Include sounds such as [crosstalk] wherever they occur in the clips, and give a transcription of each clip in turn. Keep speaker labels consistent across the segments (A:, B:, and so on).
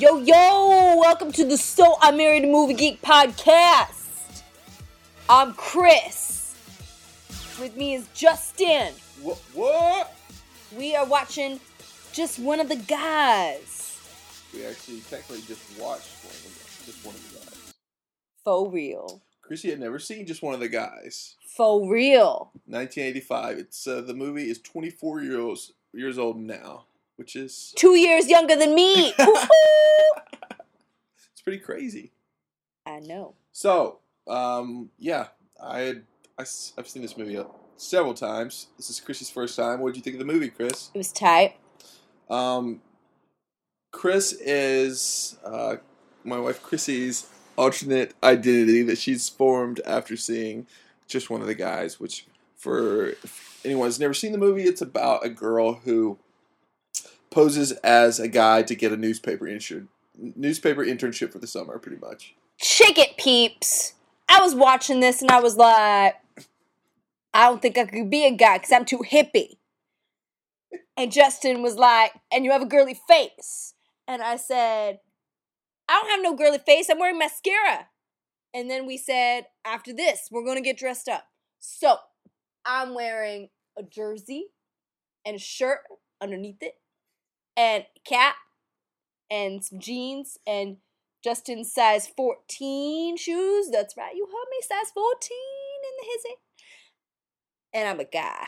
A: Yo, yo, welcome to the So I Married a Movie Geek podcast. I'm Chris. With me is Justin.
B: What? what?
A: We are watching just one of the guys.
B: We actually technically just watched one of the, just one of the guys.
A: For real.
B: Chrissy had never seen just one of the guys.
A: For real.
B: 1985. It's uh, the movie is 24 years years old now, which is
A: Two years younger than me. Woo-hoo.
B: it's pretty crazy.
A: I know.
B: So, um, yeah, I, had, I have seen this movie uh, several times. This is Chrissy's first time. What did you think of the movie, Chris?
A: It was tight.
B: Um, Chris is uh, my wife Chrissy's alternate identity that she's formed after seeing just one of the guys. Which, for anyone who's never seen the movie, it's about a girl who poses as a guy to get a newspaper intern newspaper internship for the summer, pretty much.
A: Shake it, peeps. I was watching this and I was like, I don't think I could be a guy because I'm too hippie. And Justin was like, and you have a girly face. And I said, I don't have no girly face. I'm wearing mascara. And then we said, after this, we're going to get dressed up. So I'm wearing a jersey and a shirt underneath it and a cap and some jeans and Justin's size 14 shoes. That's right, you heard me, size 14 in the hizzy. And I'm a guy.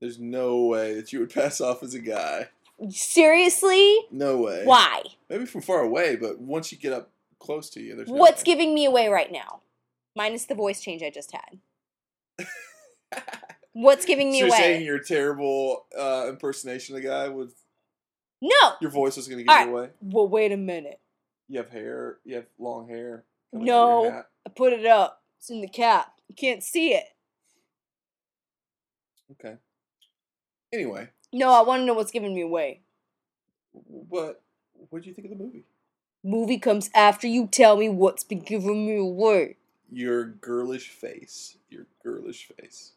B: There's no way that you would pass off as a guy.
A: Seriously?
B: No way.
A: Why?
B: Maybe from far away, but once you get up close to you, there's no
A: What's
B: way.
A: giving me away right now? Minus the voice change I just
B: [laughs]
A: had. What's giving me
B: so you're saying
A: away?
B: your terrible uh, impersonation of the guy was
A: No!
B: your voice was going to give
A: All
B: you away.
A: Well, wait a minute.
B: You have hair. You have long hair. coming out of your
A: No,
B: hat.
A: I put it up. It's in the cap. You can't see it.
B: Okay. Anyway,
A: No, I want to know what's giving me away.
B: what what do you think of the movie?
A: Movie comes after you tell me what's been giving me away.
B: Your girlish face. Your girlish face.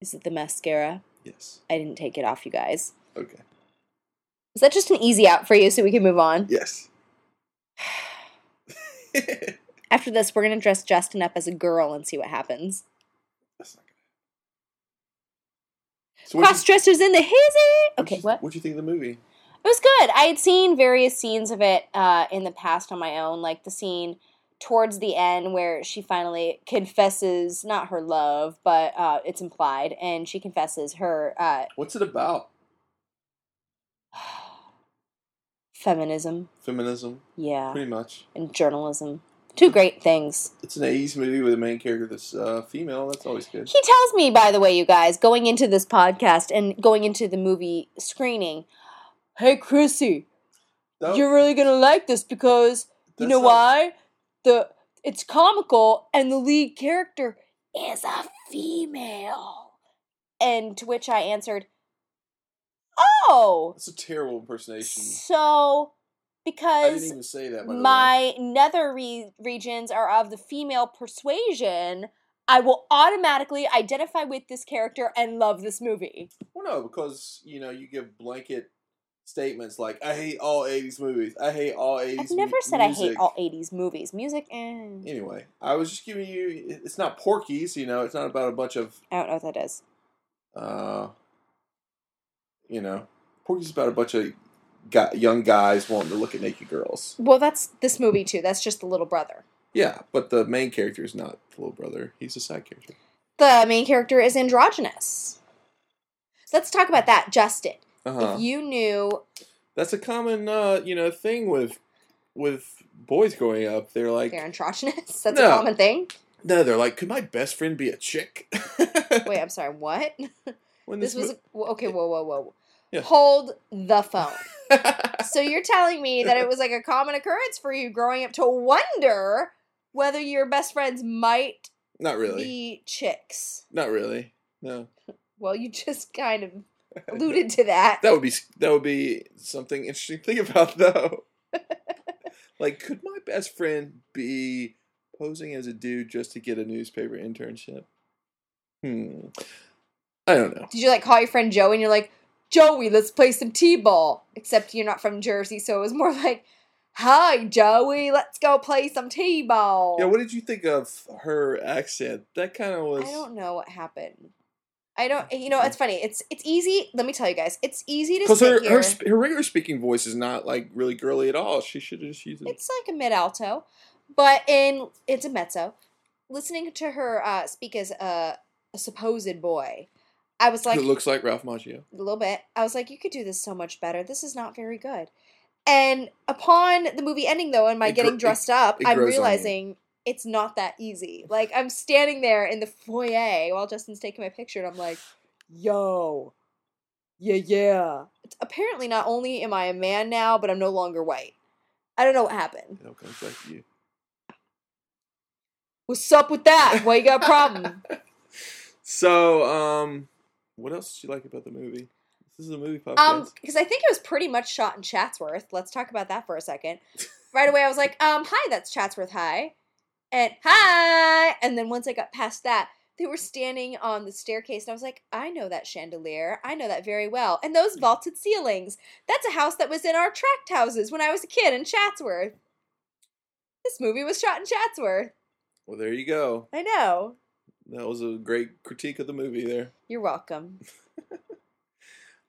A: Is it the mascara?
B: Yes.
A: I didn't take it off, you guys.
B: Okay.
A: Is that just an easy out for you so we can move on?
B: Yes.
A: [sighs] After this, we're going to dress Justin up as a girl and see what happens.
B: That's not good. So
A: Cross dressers in the hizzy! Okay, what?
B: What do you think of the movie?
A: It was good. I had seen various scenes of it uh, in the past on my own, like the scene towards the end where she finally confesses not her love, but uh, it's implied, and she confesses her uh,
B: What's it about?
A: feminism,
B: Feminism,
A: yeah,
B: pretty much.
A: and journalism. Two great things.
B: It's an 80s movie with a main character that's uh, female. That's always good.
A: He tells me, by the way, you guys, going into this podcast and going into the movie screening, hey, Chrissy,
B: That-
A: you're really going to like this because You
B: that's
A: know
B: not-
A: why? The it's comical and the lead character is a female. And to which I answered, "Oh,
B: That's a terrible impersonation.
A: so
B: I didn't
A: because
B: even say that. By the way.
A: my nether re- regions are of the female persuasion, I will automatically identify with this character and love this movie."
B: Well, no, because you know you give blanket statements like "I hate all '80s movies." I hate all '80s.
A: I've never
B: mu-
A: said I hate
B: music."
A: all '80s movies. Music, eh,
B: Anyway, I was just giving you. It's not Porky's, you know. It's not about a bunch of
A: I don't know what that is.
B: uh, you know, Porky's about a bunch of guy, young guys wanting to look at naked girls.
A: Well, that's this movie too. That's just the little brother.
B: Yeah, but the main character is not the little brother. He's a side character.
A: the main character is androgynous. So let's talk about that, Justin.
B: Uh-huh.
A: If you knew,
B: That's a common, uh, you know, thing with with boys growing up. They're like,
A: they're androgynous. [laughs] That's a
B: No.
A: common thing.
B: [laughs] no, they're like, could my best friend be a chick? [laughs]
A: Wait, I'm sorry. What?
B: when
A: This was
B: mo-
A: okay. Whoa, whoa, whoa.
B: Yeah.
A: Hold the phone. So you're telling me that it was like a common occurrence for you growing up to wonder whether your best friends might
B: [laughs] Not really.
A: be chicks.
B: Not really. No.
A: Well, you just kind of alluded to that.
B: [laughs] That would be that would be something interesting to think about [laughs] though. like could my best friend be posing as a dude just to get a newspaper internship? Hmm. I don't know.
A: Did you like call your friend Joey and you're like, Joey, let's play some t-ball? Except you're not from Jersey, so it was more like, Hi, Joey, let's go play some t-ball.
B: Yeah, what did you think of her accent? That kind of was
A: I don't know what happened. I don't. You know, it's funny. It's it's easy. Let me tell you guys. It's easy to
B: because
A: sit
B: her
A: here.
B: her, sp- her regular speaking voice is not like really girly at all. She should have just used it.
A: it's like a mid alto, but in it's a mezzo. Listening to her uh, speak as a, a supposed boy, I was
B: [laughs]
A: like
B: it looks like Ralph Macchio.
A: a little bit. I was like, you could do this so much better. This is not very good. And upon the movie ending, though, and my
B: It gr-
A: getting
B: it-
A: dressed up,
B: it
A: I'm
B: grows on you.
A: realizing it's not that easy. Like I'm standing there in the foyer while Justin's taking my picture, and I'm like, yo, yeah, yeah. It's, apparently, not only am I a man now, but I'm no longer white. I don't know what happened.
B: It all comes back to you.
A: What's up with that? Why you got a problem?
B: So, um, what else did you like about the movie? This is a movie podcast.
A: Um, because I think it was pretty much shot in Chatsworth. Let's talk about that for a second. Right away, I was like, um, hi, that's Chatsworth High. And hi! And then once I got past that, they were standing on the staircase, and I was like, I know that chandelier. I know that very well. And those vaulted ceilings. That's a house that was in our tract houses when I was a kid in Chatsworth. This movie was shot in Chatsworth.
B: well, there you go.
A: I know.
B: That was a great critique of the movie there.
A: You're welcome.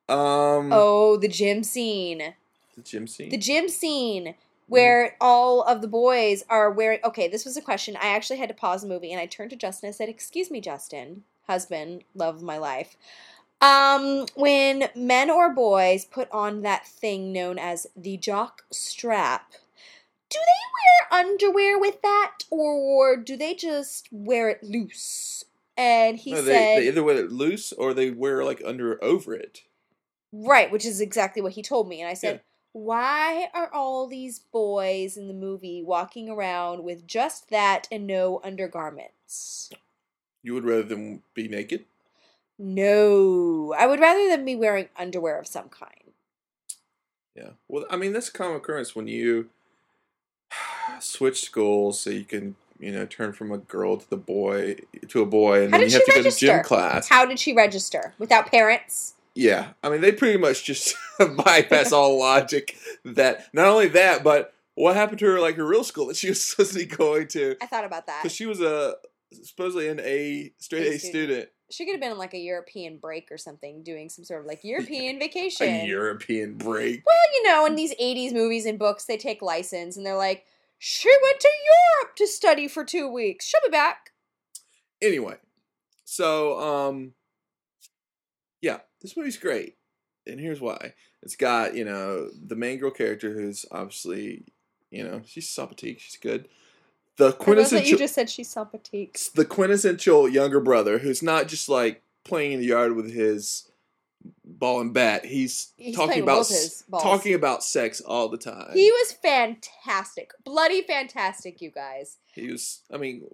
B: Um,
A: Oh, the gym scene.
B: the gym scene. Mm-hmm.
A: The gym scene where all of the boys are wearing. Okay, this was a question. I actually had to pause the movie and I turned to Justin and said, "Excuse me, Justin, husband, love of my life." Um, when men or boys put on that thing known as the jock strap, do they wear underwear with that, or do they just wear it loose? And he
B: No, they,
A: said,
B: they either wear it loose or they wear like under over it.
A: Right, which is exactly what he told me. And I said,
B: Yeah.
A: Why are all these boys in the movie walking around with just that and no undergarments?
B: You would rather them be naked.
A: No, I would rather them be wearing underwear of some kind.
B: Yeah. Well, I mean that's a common occurrence when you [sighs] switch schools so you can you know turn from a girl to the boy to a boy and
A: How
B: then
A: did
B: you
A: she
B: have to go to
A: register?
B: gym class.
A: How did she register? Without parents?
B: Yeah, I mean they pretty much just [laughs] bypass all logic. That not only that, but what happened to her like her real school that she was [laughs] supposed to be going to?
A: I thought about that.
B: Because she was a supposedly an A straight
A: Uh, A
B: A student,
A: She could have been on like a European break or something, doing some sort of
B: [laughs]
A: like European vacation.
B: a European break.
A: Well, you know, in these 80s movies and books, they take license and they're like, she went to Europe to study for two weeks. She'll be back.
B: Anyway, so um, yeah, this movie's great, and here's why. It's got you know the main girl character who's obviously you know she's Sabatique, she's good. The
A: I love that
B: quintessential
A: you just said she's self petite.
B: It's the quintessential younger brother who's not just like playing in the yard with his ball and bat. He's,
A: He's
B: talking
A: playing
B: about
A: with his balls.
B: talking about sex all the time.
A: He was fantastic. Bloody fantastic, you guys.
B: He was, I mean,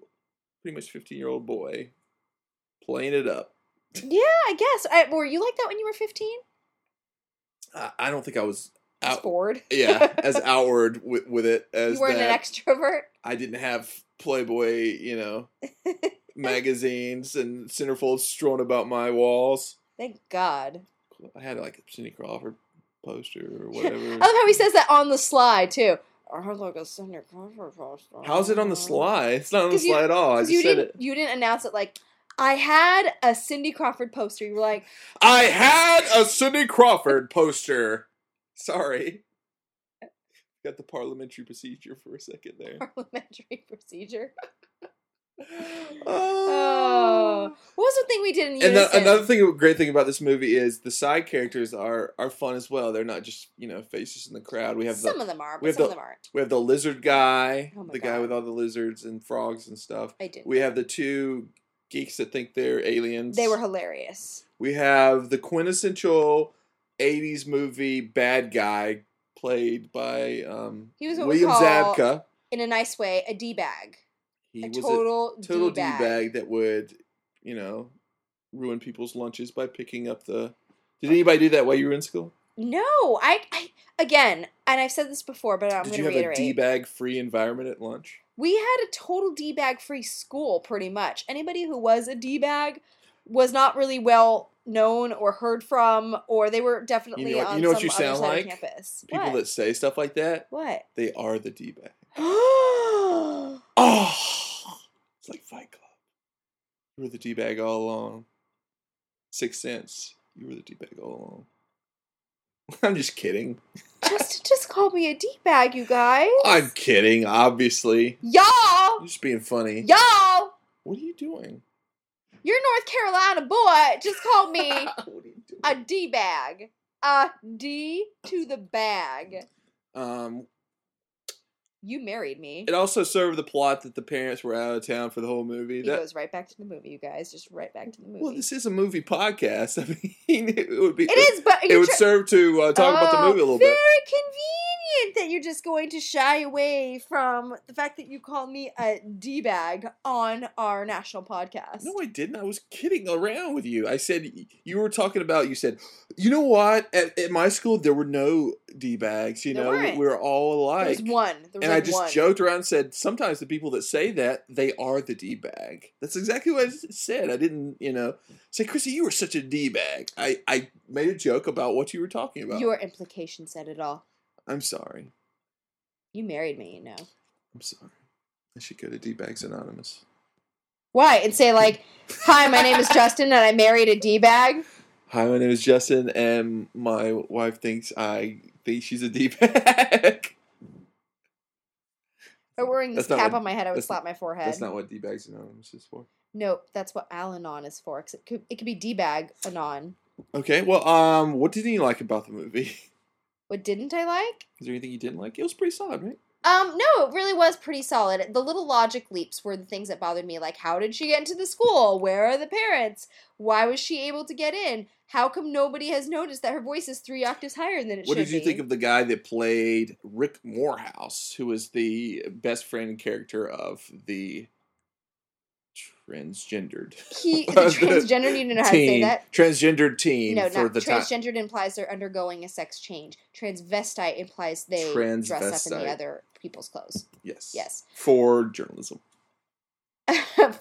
B: pretty much fifteen year old boy playing it up.
A: Yeah, I guess. I, were you like that when you were 15?
B: I, I don't think I was
A: I was
B: out.
A: bored. [laughs]
B: yeah, as outward with, with it as
A: You weren't
B: that.
A: an extrovert.
B: I didn't have Playboy, you
A: [laughs]
B: know, magazines and centerfolds strewn about my walls.
A: Thank God.
B: I had like a Cindy Crawford poster or
A: [laughs] I
B: whatever.
A: love how he says that on the sly, too. I heard like a Cinder Crawford poster.
B: How's it on the slide? It's not on the
A: 'Cause you-
B: slide at all. I
A: 'Cause
B: just
A: you
B: said
A: didn't,
B: it.
A: you didn't announce it like, I had a Cindy Crawford poster. You were like, [laughs]
B: I had a Cindy Crawford poster. Sorry. Got the parliamentary procedure for a second
A: [laughs]
B: there.
A: parliamentary
B: [gasps]
A: procedure.
B: Oh.
A: Oh. What was the thing we did in
B: And
A: unison?
B: the, another thing, great thing about this movie is the side characters are are fun as well. They're not just you know faces in the crowd. We have
A: some
B: the
A: of them are, but
B: we have
A: some of
B: the-
A: them aren't.
B: we have the lizard guy,
A: Oh my
B: the guy
A: God.
B: with all the lizards and frogs and stuff.
A: I didn't.
B: We have the two geeks that think they're aliens.
A: They were hilarious.
B: We have the quintessential '80s movie bad guy played by um,
A: He was what we
B: William
A: call
B: Zabka.
A: in a nice way, a d bag,
B: He
A: a
B: was
A: total,
B: a total d
A: d-bag.
B: bag that would, you know, ruin people's lunches by picking up
A: [laughs]
B: the. Did anybody do that while you were in school?
A: No, I, I again, and I've said this before, but I'm
B: Did
A: going
B: you
A: to
B: have
A: reiterate.
B: a d bag free environment at lunch?
A: we had a total d bag free school, pretty much. Anybody who was a d bag was not really well known or heard from, or they were definitely
B: You know what-
A: on
B: you know what
A: some
B: you
A: other
B: sound
A: side
B: like?
A: of campus.
B: People
A: what?
B: that say stuff like that,
A: what?
B: they are the d bag.
A: oh,
B: Oh, [sighs] it's like Fight Club. You were the d bag all along. Sixth Sense. You were the d bag all along. [laughs] I'm just kidding.
A: [gasps] just just call me a d bag, you guys.
B: I'm kidding. Obviously,
A: y'all,
B: [laughs] I'm just being funny.
A: y'all,
B: What are
A: [laughs]
B: you doing? [laughs]
A: you're North Carolina boy. Just call
B: [laughs]
A: me
B: what are you doing?
A: a d bag, a d to the bag.
B: um,
A: You married me.
B: it also served the plot that the parents were out of town for the whole movie.
A: He
B: That-
A: goes right back to the movie, you guys. Just right back to the movie.
B: well, this is a movie podcast. [laughs] I mean, it would be.
A: it is, but
B: It
A: you're
B: would
A: try-
B: serve to uh, talk about the
A: Oh,
B: movie a little
A: very
B: bit.
A: convenient that you're just going to shy away from the fact that you called me a d bag on our national podcast.
B: No, I didn't. I was kidding around with you. I said you were talking about. You said, you know what? At, at my school, there were no d bags. You
A: There
B: know,
A: weren't.
B: we were all
A: there
B: alike.
A: was one. There was
B: and
A: like
B: I just
A: one.
B: joked around and said, sometimes the people that say that they are the d bag. That's exactly what I s- said. I didn't, you know, say, Chrissy, you were such a d bag. I I made a joke about what you were talking about.
A: Your implication said it all.
B: I'm sorry.
A: You married me, you know.
B: I'm sorry. I should go to d bags anonymous.
A: Why? And say
B: [laughs]
A: like, "Hi, my name is Justin, and I married a d bag."
B: Hi, my name is Justin, and my wife thinks I think she's a d bag.
A: Or wearing this
B: That's not
A: cap
B: what-
A: on my head, I would
B: that's
A: slap my forehead.
B: That's not what D Bags Anonymous is for.
A: Nope, that's what Al Anon is for. 'cause it could it could be d bag anon.
B: Okay, well, um, what did you like about the movie? [laughs]
A: What didn't I like?
B: Is there anything you didn't like? It was pretty solid, right?
A: Um, no, it really was pretty solid. The little logic leaps were the things that bothered me, like how did she get into the school? Where are the parents? Why was she able to get in? How come nobody has noticed that her voice is three octaves higher than it
B: what
A: should
B: did you
A: be?
B: think of the guy that played Rick Morehouse, who was the best friend and character of the transgendered?
A: he, [laughs]
B: [laughs]
A: the transgender? You know how to say
B: teen-
A: that?
B: Transgendered teen
A: No,
B: for
A: not
B: the time.
A: transgendered implies they're undergoing a sex change. Transvestite implies they dress up in
B: Transvestite.
A: the other people's clothes.
B: Yes. [laughs]
A: Yes, [laughs]
B: For journalism.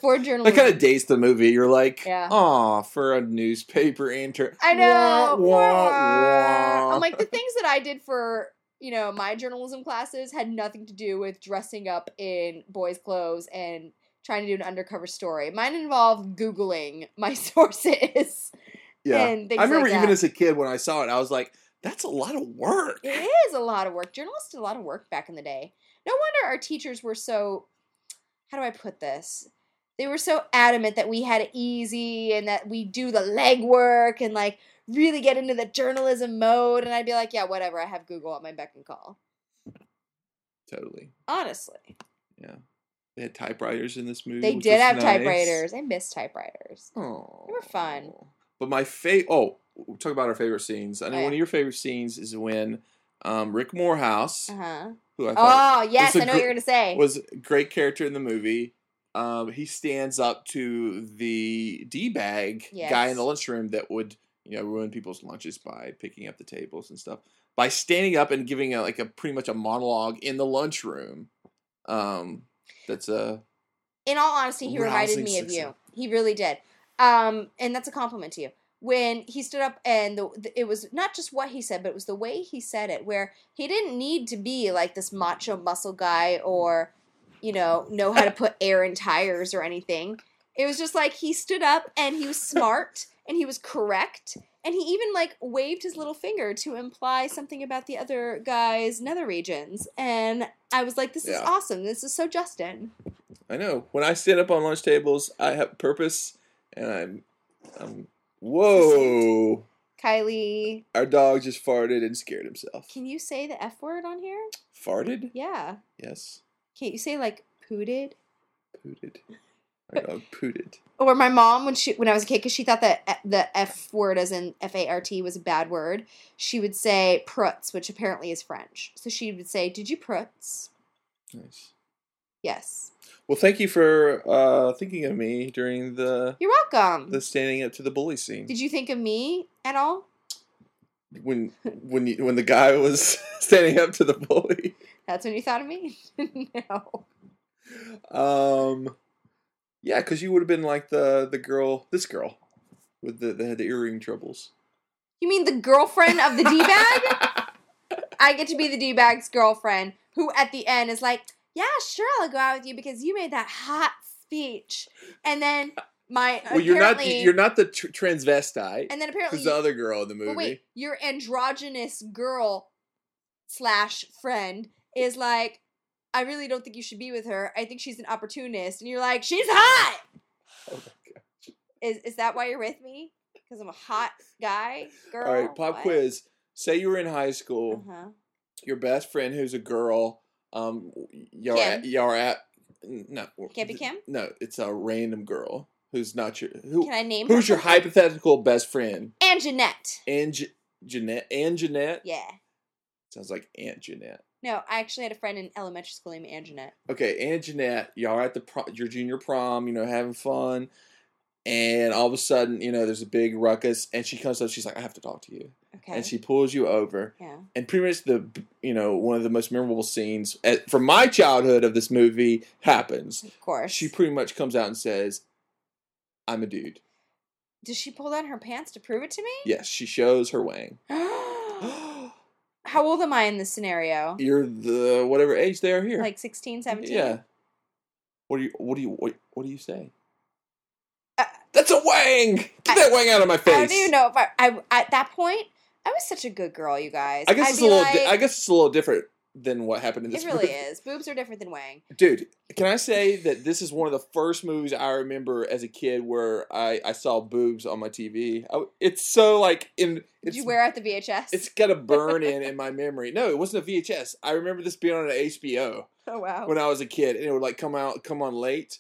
A: for
B: That
A: journalism.
B: kind of dates the movie. You're like,
A: Yeah.
B: aw, for a newspaper intern.
A: I know.
B: Wah, wah,
A: wah, wah.
B: wah.
A: I'm like the things that I did for you know my journalism classes had nothing to do with dressing up in boys' clothes and trying to do an undercover story. Mine involved googling my [laughs] sources.
B: yeah.
A: and things
B: I remember
A: like
B: even
A: that.
B: as a kid when I saw it, I was like, that's a lot of work. [laughs]
A: It is a lot of work. Journalists did a lot of work back in the day. No wonder our teachers were so. How do I put this? They were so adamant that we had it easy and that we do the legwork and like really get into the journalism mode. And I'd be like, yeah, whatever. I have Google at my beck and call.
B: Totally.
A: Honestly,
B: They had typewriters in this movie.
A: they
B: which
A: did
B: was
A: have
B: nice.
A: typewriters. I miss typewriters.
B: Oh,
A: were fun.
B: But my favorite. Oh, we'll talk about our favorite scenes. I know
A: Oh, yeah.
B: one of your favorite scenes is when um, Rick Morehouse,
A: Uh huh.
B: who I thought
A: Oh yes,
B: a
A: I know what
B: gr-
A: you're gonna say.
B: was a great character in the movie. Um, he stands up to the d bag guy in the
A: Yes.
B: lunchroom that would you know ruin people's lunches by picking up the tables and stuff by standing up and giving a, like a pretty much a monologue in the lunchroom. Um, that's a
A: in all honesty, he reminded
B: Rousing
A: me of you.
B: success.
A: He really did. Um, and that's a compliment to you. When he stood up and the, the, it was not just what he said, but it was the way he said it, where he didn't need to be like this macho muscle guy or, you know, know how to put air in tires or anything. It was just like he stood up and he was smart and he was correct. And he even like waved his little finger to imply something about the other guy's nether regions. And I was like, this is
B: Yeah.
A: awesome. This is so Justin.
B: I know. When I stand up on lunch tables, I have purpose, and I'm, I'm. Whoa!
A: Kylie,
B: Our dog just farted and scared himself.
A: can you say the F word on here?
B: Farted?
A: Yeah.
B: Yes.
A: Can't you say like pooted?
B: Pooted.
A: [laughs]
B: I got pooted.
A: or my mom when she when I was a kid because she thought that E, the F word as in F A R T was a bad word. She would say prutz, which apparently is French. So she would say, "Did you prutz?"
B: Nice.
A: Yes.
B: Well, thank you for uh, thinking of me during the
A: You're welcome.
B: the standing up to the bully scene.
A: Did you think of me at all? [laughs]
B: when when you, when the guy was [laughs] standing up to the bully.
A: That's when you thought of me? [laughs] no.
B: Um, yeah, because you would have been like the the girl, this girl, with the that had the earring troubles.
A: You mean the girlfriend
B: [laughs]
A: of the D bag? I get to be the D bag's girlfriend who at the end is like, Yeah, sure, I'll go out with you because you made that hot speech. And then my.
B: Well, you're not
A: apparently-
B: you're not the tr- transvestite.
A: And then
B: Who's
A: apparently.
B: the other girl in the movie?
A: But wait, your androgynous girl slash friend is like, I really don't think you should be with her. I think she's an opportunist. And you're like, she's hot.
B: Oh my God.
A: Is is that why you're with me? Because I'm a hot guy, girl.
B: All right, pop
A: What?
B: quiz. Say you were in high school.
A: Uh-huh.
B: Your best friend, who's a girl, um, y'all
A: Kim.
B: at, y'all are at no
A: Can't be Kim?
B: No, it's a random girl who's not your who.
A: Can I name
B: Who's
A: her?
B: your hypothetical best friend?
A: And Jeanette.
B: And J- Jeanette. And Jeanette
A: Yeah.
B: sounds like Aunt Jeanette.
A: No, I actually had a friend in elementary school named Ann Jeanette.
B: Okay, Aunt Jeanette, y'all at the pro- your junior prom, you know, having fun, and all of a sudden, you know, there's a big ruckus, and she comes up, she's like, "I have to talk to you,"
A: Okay.
B: and she pulls you over,
A: yeah.
B: and pretty much the you know one of the most memorable scenes at, from my childhood of this movie happens.
A: Of course.
B: She pretty much comes out and says, "I'm a dude."
A: Does she pull down her pants to prove it to
B: [gasps]
A: me?
B: Yes, she shows
A: [gasps]
B: her wang.
A: How old am I in this scenario?
B: You're the whatever age they are here.
A: Like 16, 17?
B: Yeah. What do you? What do you? What, what do you say?
A: Uh,
B: That's a wang. Get that wang out of my face.
A: I don't even know if I, I at that point I was such a good girl, you guys.
B: I guess
A: I'd
B: it's a
A: be
B: little.
A: like,
B: di- I guess it's a little different than what happened in this.
A: it really
B: movie.
A: is. Boobs are different than Wang.
B: dude. Can I say that this is one of the first movies I remember as a kid where I, I saw boobs on my TV. I, it's so like in.
A: Did
B: It's,
A: you wear out the VHS?
B: [laughs] It's got a burn in in my memory. No, it wasn't a VHS. I remember this being on an HBO.
A: oh wow.
B: when I was a kid, and it would like come out, come on late,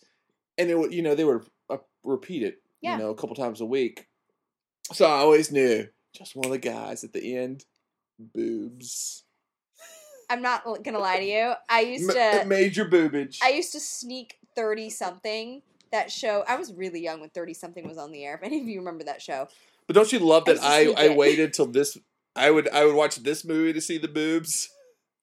B: and it would, you know, they would uh, repeat it,
A: Yeah.
B: you know, a couple times a week. So I always knew just one of the guys at the end, boobs,
A: I'm not l- gonna lie to you. I used
B: Ma-
A: to
B: major boobage.
A: I used to sneak thirty something. That show I was really young when thirty something was on the air. If any of you remember that show,
B: but don't you love
A: I
B: that
A: used to
B: I
A: sneak
B: I,
A: it.
B: waited till this. I would I would watch this movie to see the boobs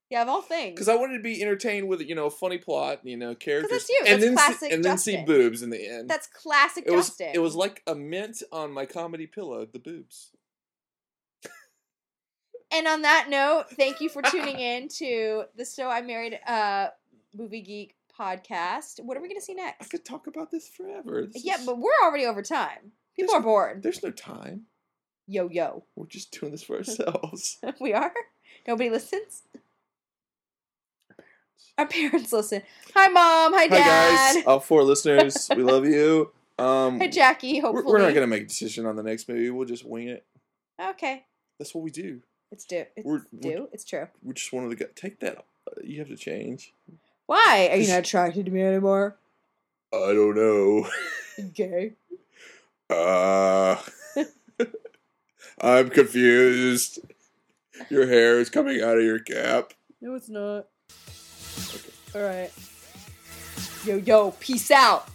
A: yeah, of all things,
B: because I wanted to be entertained with you know a funny plot you know characters
A: you. That's
B: and then
A: classic
B: see, and then see
A: Justin.
B: boobs in the end.
A: that's classic
B: it was
A: Justin.
B: it was like a mint on my comedy pillow. The boobs.
A: And on that note, thank you for
B: [laughs]
A: tuning in to the So I Married uh Movie Geek podcast. What are we gonna see
B: I
A: next?
B: could talk about this forever. This
A: Yeah,
B: is-
A: but we're already over time. People
B: Yes,
A: are bored.
B: there's no time.
A: Yo yo. [laughs]
B: We're just doing this for ourselves.
A: we are? Nobody listens? Our parents listen. Hi mom, hi
B: Hi
A: dad.
B: guys, all four listeners, we
A: [laughs]
B: love you. Um,
A: Hi Jackie,
B: we're,
A: hopefully.
B: we're not gonna make a decision on the next movie. We'll just wing it.
A: Okay.
B: That's what we do.
A: It's due. It's
B: We're-
A: due.
B: we're-
A: it's true.
B: We just wanted to go, take that. uh, You have to change.
A: Why? Are you
B: Just-
A: not attracted to me anymore?
B: I don't know. [laughs]
A: You Gay.
B: Uh, [laughs] I'm confused. Your hair is coming out of your cap.
A: No, it's not. Alright. Yo yo, peace out.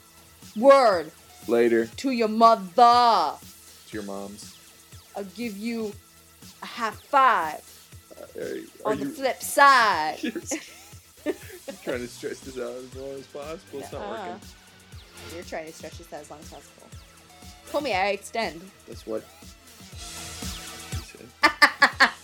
A: Word.
B: Later
A: to your mother. I'll
B: to your mom's.
A: give you a high five
B: Are, you- are
A: on the
B: you
A: flip [laughs] side.
B: [laughs] you're trying to stretch this out as long as possible? It's not
A: Uh-uh.
B: working.
A: You're trying to stretch this out as long as possible. Pull me, I extend.
B: That's what. He said.